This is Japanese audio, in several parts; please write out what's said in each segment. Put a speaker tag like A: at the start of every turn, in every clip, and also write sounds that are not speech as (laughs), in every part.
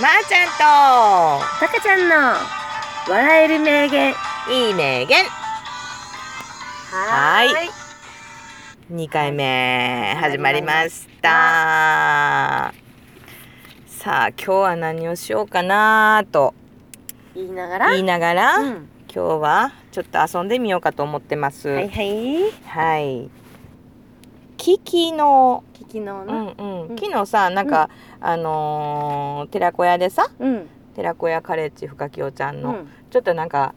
A: まー、ちゃんと
B: たかちゃんの笑える名言
A: いい名言はーい
B: はー
A: 2回目始まりましたさあ今日は何をしようかなと
B: 言いながら
A: 言いながら、
B: うん
A: 今日はちょっと遊んでみようかと思ってます
B: は
A: はいい、
B: はい
A: キキの
B: 昨日
A: う
B: の
A: んうん、
B: うん
A: 昨日さなんか、あのー寺子屋でさ
B: うん
A: 寺子屋カレッジ深清ちゃん
B: う
A: の、
B: ん
A: ちょっとなんか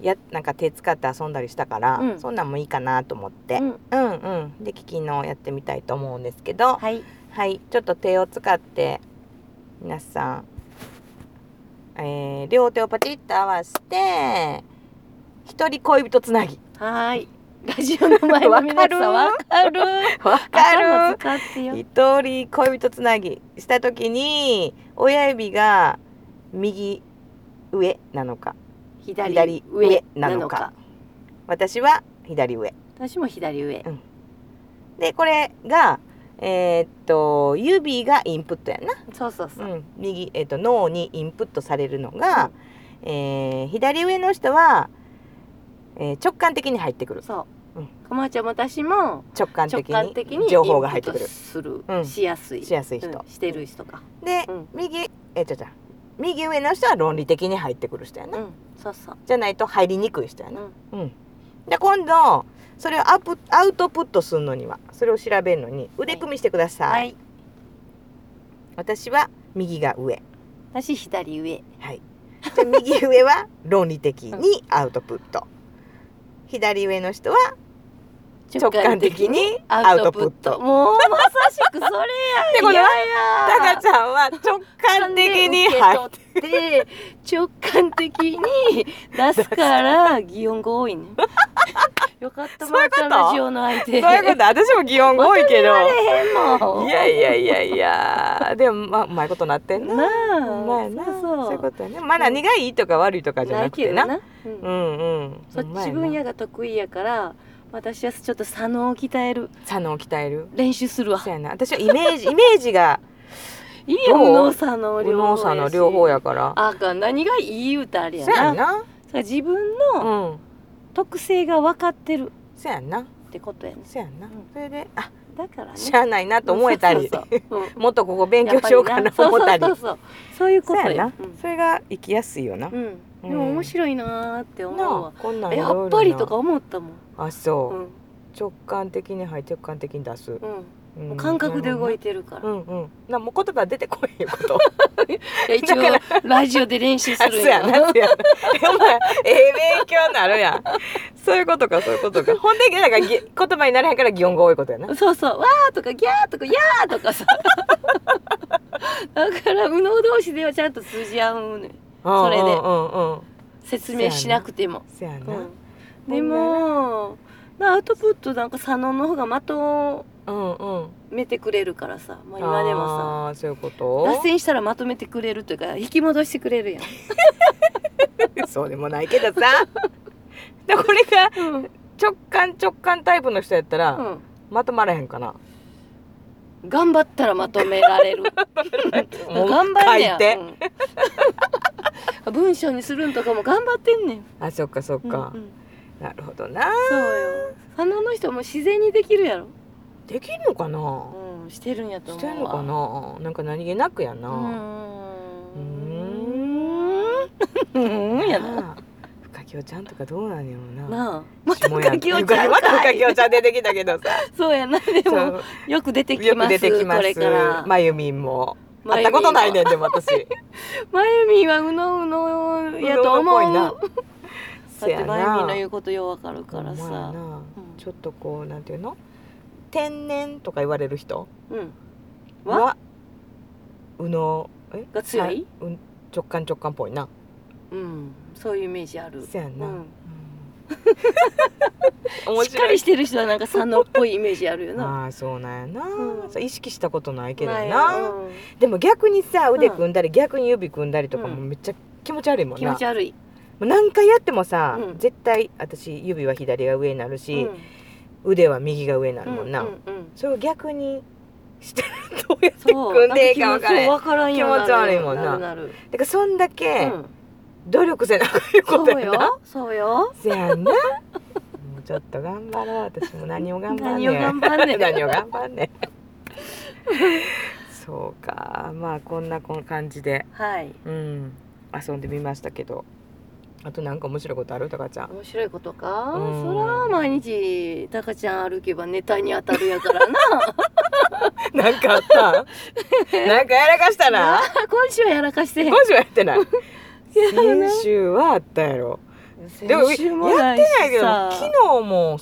A: やなんか手使って遊んだりしたから、
B: うん
A: そんなんもいいかなと思って、
B: うん
A: うん、うんでキキのやってみたいと思うんですけどはい、
B: はい
A: ちょっと手を使って皆さん、えー両手をパチッと合わせて一人恋人つなぎ
B: はーいラジオの前の皆さんわ
A: わ
B: かる
A: わか
B: 頭
A: る
B: 使ってよ
A: 一人恋人つなぎした時に親指が右上なのか
B: 左
A: 左
B: 上
A: 上
B: な
A: な
B: の
A: の
B: か
A: か私は左上
B: 私も左上
A: でこれがえーっと指がインプットや
B: そうそうそ
A: な、
B: う
A: うん右、えーっと脳にインプットされるのが、えー左上の人は、えー直感的に入ってくる
B: そう
A: うん
B: こまちゃんも私も
A: 直感
B: 直
A: 的
B: 感的に
A: に情報が入ってく
B: イン
A: る
B: プットする
A: うん
B: しやすい
A: しやすい人、
B: うんしてる人か
A: で、
B: うん
A: 右えーちゃちゃ右上の人は論理的に入ってくる人や
B: う
A: な、
B: んそうそう
A: じゃないと入りにくい人やな
B: うん、
A: うんで今度それをアプアウトプットするのにはそれを調べるのに腕組みしてください、
B: はい
A: 私は右が上
B: 私左上
A: はい。じゃあ右上は論理的にアウトプット。左上の人は直感的にアウトプット。
B: もうまさしくそれや
A: でこの
B: いや
A: タカ
B: や
A: ちゃんは直感的に入っ
B: 受け取って直感的に出すから擬音語
A: (laughs)
B: 多いねよかった
A: そういうこと
B: まーちゃんラジオの相
A: て
B: 手
A: そういうこと私も擬音が多いけど。
B: まとめられへんもん
A: いやいやいやいや。でもまあうまいことなってんな。
B: な
A: うまいな
B: あそう
A: そういう
B: そ
A: ことやね。まあ何がいいとか悪いとか
B: う
A: じゃなく
B: け
A: て
B: ど
A: な。
B: な、う、
A: うんんうん。
B: そっ
A: うまい
B: ち
A: な
B: 分野が得意やから私はちょっと左脳を鍛える
A: 左脳鍛える。
B: 練習するわ
A: そうやな。私はイメージイ (laughs) メージが
B: いい
A: ど
B: よ
A: う
B: 右脳左脳
A: 右
B: 両方
A: 脳
B: やし
A: 左の両方やから。
B: あかん何がいい歌あれ
A: そ
B: や
A: うや
B: な
A: な。
B: それ自分
A: う
B: の
A: ん。
B: 特性が分かってる
A: そうやな。
B: ってことやね
A: そうやんな、
B: うん
A: それであ
B: だからね
A: しゃあないなと思えたり
B: そうそうそうう
A: (laughs)
B: ん
A: もっとここ勉強しようかなと思ったり
B: やぱなそうそうそうそういうこ
A: そう
B: と
A: や
B: や
A: な、それが生きやすいよな、
B: うん、うん、でも面白いなーって思
A: な
B: うわ
A: あこんなん
B: え
A: いろ
B: や
A: いろな
B: っぱりとか思ったもん
A: あそうう、
B: ん
A: 直感的にはい直感的に出す、
B: うんもう感覚で動い
A: て
B: てるから、
A: う
B: い
A: んうんなもう言葉出てこいいうこと
B: (laughs) や一応ラジオで練習す
A: あそう
B: るん
A: やなそうやな (laughs) えお前ええ勉強になるやん (laughs) そういうことかそういうこと
B: (laughs)
A: かほんでなんかぎ言葉にならへんから擬音が多いことやな
B: そうそうわーとかギャーとかやーとかさ (laughs) だから右脳同士ではちゃんと通じ合うのよ (laughs) それで
A: うんうんうんうん
B: 説明しなくても
A: そうやな、
B: うん、でもなアウトプットなんか佐野の方がまと
A: うんうん
B: めてくれるからさ、まあ、今でも
A: あーそういうこ
B: さ
A: と
B: 脱線したらまとめてくれるというか引き戻してくれるやん、
A: そうでもないけどさ (laughs) でこれが
B: うん
A: 直感直感タイプの人やったら、まとまらへんかな
B: 頑張ったらまとめられる
A: (laughs) もう
B: 頑張んねや
A: 書いて、
B: うん (laughs) 文章にするんとかも頑張ってんねん
A: あそっかそっか、
B: うんうん
A: なるほどな
B: そうよ佐野の人も自然にできるやろ、
A: できるのかな
B: うん、してるんやと
A: し
B: 思う
A: て
B: わ
A: んのかななんか何気なくやな、
B: う (laughs) ーんうーんやな
A: なあ深きおちゃんとかどうなんやろうな
B: なあまた
A: 下や
B: かきおちゃん
A: また
B: か
A: 深
B: い
A: きおちゃん出てきたけどさ
B: そうやなで
A: そ
B: も
A: う
B: よく出てき
A: よく
B: ます
A: 出てきま
B: これ
A: す
B: から
A: まゆみんも
B: ま
A: 会っ
B: ゆみ
A: た
B: んは
A: ことないねんでも私
B: まゆみんはうのうのやと思
A: う
B: う
A: どんっぽい
B: だ
A: な
B: っ
A: せや
B: て
A: な
B: まゆみんの言うことようわかるか
A: ほ
B: ら
A: んまや
B: さ
A: な
B: うん
A: ちょっとこうなんていうの天然とか言われる人
B: うんわ
A: は右脳え
B: が強い
A: はうん直感直感っぽいな
B: うんそういうイメージある
A: せやんな、
B: う
A: うんん面
B: しっか
A: 白い
B: りしてる人はなんか佐野っぽいイメージあ
A: (laughs)
B: るよな
A: ああそうなんやな、
B: うん
A: そう意識したことないけど
B: まあ
A: な、 (laughs)
B: うん
A: でも逆にさ腕組んだり、逆に指組んだりとか
B: う
A: も
B: ん
A: めっちゃ気持ち悪いもん
B: 気
A: な、
B: 持ち悪い
A: もう何回やってもさ、
B: うん
A: 絶対私指は左が上になるし、
B: うん
A: 腕は右が上になるもんな、
B: うんうんうん
A: それを逆にしたらどうやって
B: そう
A: 組んでいいか
B: な
A: わ
B: ん
A: からへん
B: そうわからんようになる
A: 気持ち悪いもんな
B: るなる
A: だからそんだ
B: う
A: け
B: ん
A: 努力せなあかんいうこ
B: そ
A: と
B: う
A: やな、
B: よそうよ
A: せやんなもうちょっと頑張ろう私も何を頑張んね
B: 何を
A: ん
B: 頑張んねん
A: (laughs) 何を頑張んねんそうかまあこんなこん感じで
B: はい
A: うん遊んでみましたけどあとなんか面白いことあるたかちゃん
B: 面白いことか
A: うん
B: そら毎日タカちゃん歩けばネタに当たるやからな
A: なんかあ
B: (laughs)
A: ったんなんかやらかした (laughs) な
B: 今週はやらかしてへん
A: 今週はやってない
B: やな
A: 先週はあったやろでも
B: 先週もないし
A: やってな
B: さ
A: いけど昨日も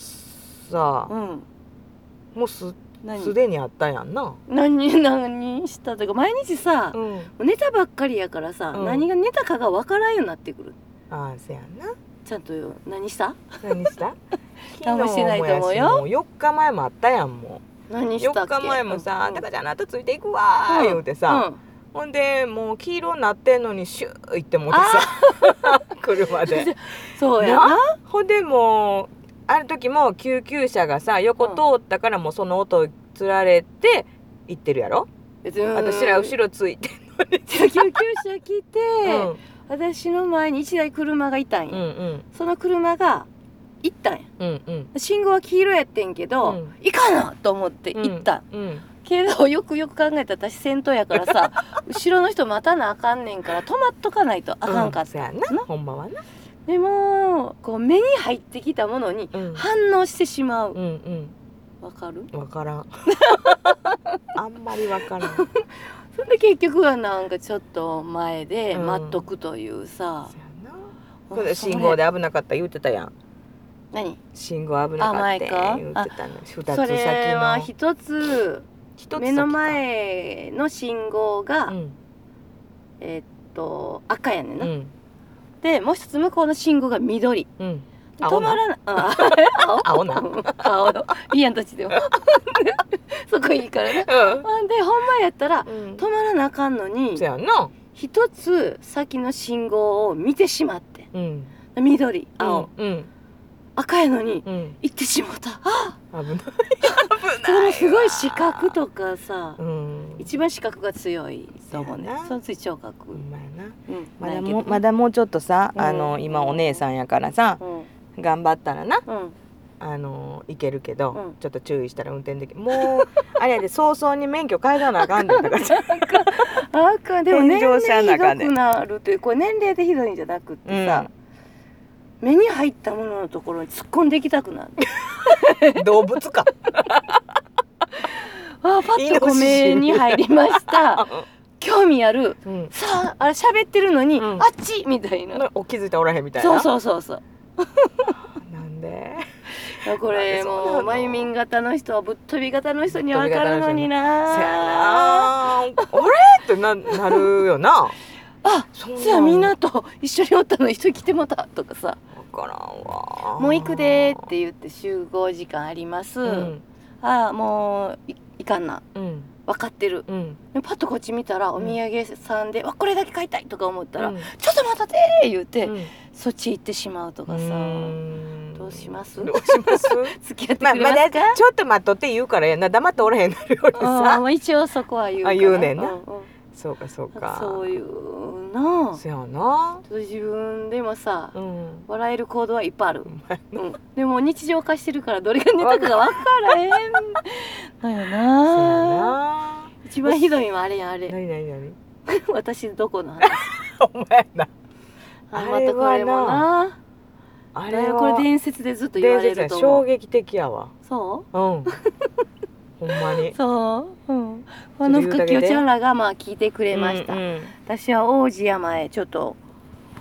A: さ
B: うん
A: もうすす
B: 何
A: でにあったやんな、
B: 何何したとか毎日さ
A: うん、
B: ネタばっかりやからさ
A: うん
B: 何がネタかがわからんようになってくる
A: ああせやんな
B: ちゃんとよ何した
A: 何した (laughs)
B: 何もしてないと思
A: 昨日も
B: うよ
A: やしもう4日前もあったやんもう
B: 何した
A: 4
B: っけ
A: 日前もさ「
B: うん
A: タカちゃんあなたついていくわー」
B: うん
A: 言うてさ、
B: うん
A: ほんでもう黄色になってんのにシュー行ってもうてさ (laughs) 車で
B: そうやな
A: ほんでもうある時も救急車がさ横通ったからもうその音をつられて行ってるやろ、
B: 別に
A: 私ら後ろついて、
B: 救急車来て、
A: うん
B: 私の前に一台車がいたん
A: う
B: や、
A: んうん
B: その車が行ったんや
A: うんうん
B: 信号は黄色やってんけど、
A: うん
B: 行かなと思って
A: うん
B: 行った、
A: うん
B: けどよくよく考えたら私先頭やか
A: (laughs)
B: らさ後ろの人待たなあかんねんから止まっとかないとあかんかっ
A: うそ
B: た、
A: やなほんまはな、
B: でもこう目に入ってきたものに
A: うん、
B: 反応してしまう
A: うんうん
B: わかる
A: わからん (laughs) あんまりわから (laughs) ん
B: それで結局はなんかちょっと前で
A: うん
B: 待っとくというさ
A: そ、や
B: あ
A: な
B: それ
A: 信号で危なかった言うてたやん
B: 何
A: 信号危なかった言うてたの二つ先
B: それは
A: の
B: 一つ
A: 一つ先か
B: 目の前の信号が、
A: うん
B: えっと赤やねん
A: う
B: な、
A: ん
B: でもう一つ向こうの信号が緑
A: うん青
B: 止
A: な
B: まらないあ
A: (laughs) 青
B: 青
A: な
B: うん青のいいやんどっちでも (laughs) そこいいからねほんでほんまやったら
A: うん
B: 止まらなあかんのに
A: そやな
B: 一つ先の信号を見てしまって
A: うん
B: 緑青、
A: うん
B: 赤やのに
A: うん
B: 行ってしまったあ
A: 危ない (laughs) 危
B: そ
A: ない
B: の
A: わ
B: すごい視覚とかさ、
A: うん
B: 一番視覚が強いと思うね
A: そうやな
B: その次聴覚、
A: ほんまやな
B: うん
A: ま
B: な
A: だ
B: いけ
A: も
B: ど
A: うまだもうちょっとさあの
B: うん
A: 今お姉さんやからさ
B: うん
A: 頑張ったらな
B: うん
A: あの行けるけど、
B: うん
A: ちょっと注意したら運転できもう (laughs) あれやで早々に免許変えたなあかんでだからさ
B: あかんでも年
A: 炎上
B: 齢
A: しちゃう
B: ひ
A: 中
B: ど
A: で
B: くなるというこれ年齢でひどいんじゃなくってさ、目に入ったもののところに突っ込んでいきたくなる (laughs)
A: 動物か
B: あーパッと
A: イノシ
B: ご
A: シ
B: 目に入りました (laughs) 興味ある
A: うん
B: さああれ喋ってるのに、
A: うん
B: あっちみたいな
A: お気づいたらおらへんみたい
B: そう
A: なう
B: そうそうそう
A: そうなんで
B: こ
A: あ
B: れ
A: そうなの
B: もうマイミン型の人ぶっ飛び型の人には分かるのに
A: そや
B: な
A: なあれってななるよな
B: (laughs) あ
A: そ
B: そやみんなと一緒におったのに人来てもたとかさ
A: 分からんわ
B: 「もう行くで」って言って集合時間あります、
A: うん
B: ああもういいかんな
A: うん
B: 分かってる
A: うん
B: でパッとこっち見たらお土産屋さんで「わこれだけ買いたい」とか思ったら「
A: うん
B: ちょっと待たて!」言うて、
A: うん
B: そっち行ってしまうと
A: う
B: かさ、
A: ん
B: どうします
A: どう
B: (laughs)
A: します
B: 付き合って
A: まあ
B: くれま
A: ますだ
B: か、
A: ちょっと待っとって言うからやな黙っておらへんなるように
B: ああ
A: さ
B: まあ一応そこは言うから
A: あ言うねんな
B: うんうん
A: そうかそう
B: なんか
A: か
B: そういうなあち
A: そやな
B: ょっと自分でもさ、
A: うん
B: 笑える行動はいっぱいある
A: ほ、んまや
B: うん、でも日常化してるからどれがネタかが分からへんだよ
A: (laughs) そや
B: な
A: な
B: (laughs) 一番ひどいのはあれやんあれ
A: 何何何
B: (laughs) 私どこの話
A: お前な
B: あ
A: あ
B: ま
A: れ
B: た
A: はな
B: これもな
A: あ
B: あ
A: れ
B: れ
A: は
B: これ伝説でずっと言われ
A: 伝
B: る
A: 説や
B: と思
A: 衝
B: う
A: 撃的やわ
B: そ
A: うんほんまに
B: うそう、うん、この
A: ちょっと言うだ
B: 深
A: けで
B: 清ちゃんらがまあ聞いてくれました、
A: うん
B: 私は王子山へちょっと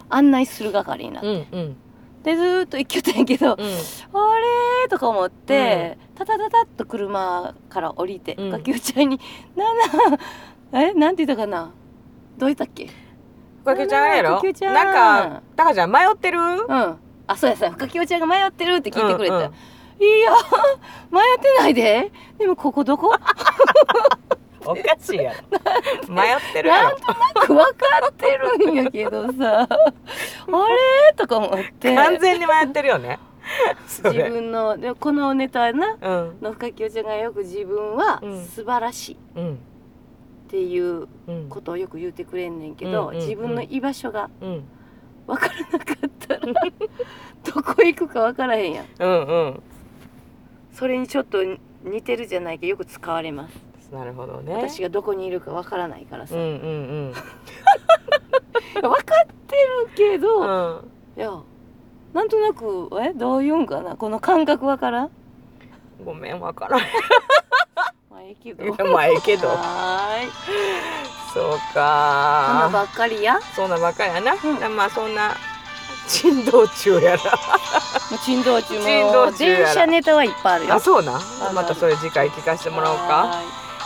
B: 案内する係になっ
A: う
B: て、
A: んうん
B: でずーっと行きよったんやけど、
A: うん
B: あれーとか思って、タタタタッと車から降りて、
A: うん
B: ガキウちゃんに「ななえなんて言ったかなどう言ったっけ?」
A: 深キちゃんあれやろ
B: 深清ちゃん
A: なんかタカちゃん迷ってる
B: うんあそうやそうや深清ちゃんが迷ってるって聞いてくれた、
A: うんうん
B: いや迷ってないででもここどこ
A: おかしいやろ
B: (laughs)
A: 迷ってるや
B: な
A: ろ
B: んとなく分かっ
A: (laughs)
B: てるんやけどさあれーとか思って
A: 完全に迷ってるよねそ
B: 自
A: れ
B: 分のでこのネタな
A: うん
B: の深清ちゃんがよく自分は
A: うん
B: 素晴らしいっ
A: うん
B: ていう
A: うん
B: ことをよく言うてくれんねんけ
A: うん
B: ど、
A: うんうん
B: 自分の居場所が
A: うん
B: 分からなかったら (laughs) どこ行くか分からへんやん
A: うんうん
B: それにちょっと似てるじゃないけどよく使われます
A: なるほどね
B: 私がどこにいるか分からないから
A: う
B: さ、
A: んうん
B: 分かってるけど、
A: うんうん
B: いやなんとなくえどういうんかなこの感覚分からん
A: ごめんわからん
B: まあいいけど
A: いやまあええけど
B: はーい
A: そう
B: こんな
A: か
B: ばっかりやも
A: そんなばっかりやな、
B: う
A: まあそんな珍道中やら
B: う珍道中も
A: 珍道中やら
B: 電車ネタはいっぱいあるよ
A: あそうなん
B: ある
A: またそれ次回聞かせてもらおうか
B: は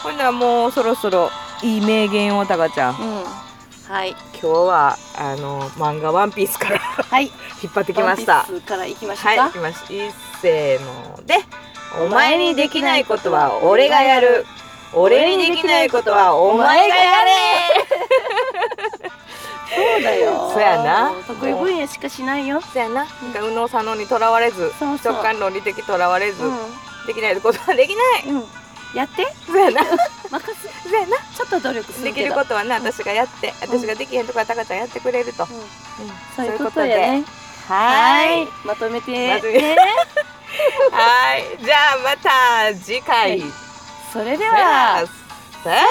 A: ほんならもうそろそろいい名言をたかちゃん
B: ーいうんはい
A: 今日はあの漫画「ワンピースから (laughs)
B: はい
A: 引っ張ってきました
B: ワンピースから行きましょ
A: は
B: う
A: い
B: か、
A: 行きましいっせーのでお前にできないことは俺がやる俺にできないことはお前がやれ
B: そうだよ
A: そうやな
B: 得意分野しかしないよ
A: そうやななんか右脳左脳にとらわれず
B: そうそう
A: 直感論理的とらわれず、
B: う
A: できないことはできない
B: ん、うん、やって
A: そうやな
B: (laughs) 任せ
A: そうやな
B: ちょっと努力す
A: で
B: る
A: き
B: け
A: る
B: ど
A: ことはな私がやって私ができへんとこはたかちゃんやってくれると、
B: うん
A: うん
B: そういうことやね
A: はーい
B: はーいまとめて
A: まとめ (laughs)
B: ね
A: はいじゃあまた次回、
B: はいそれで
A: さよな
B: は
A: らさよなら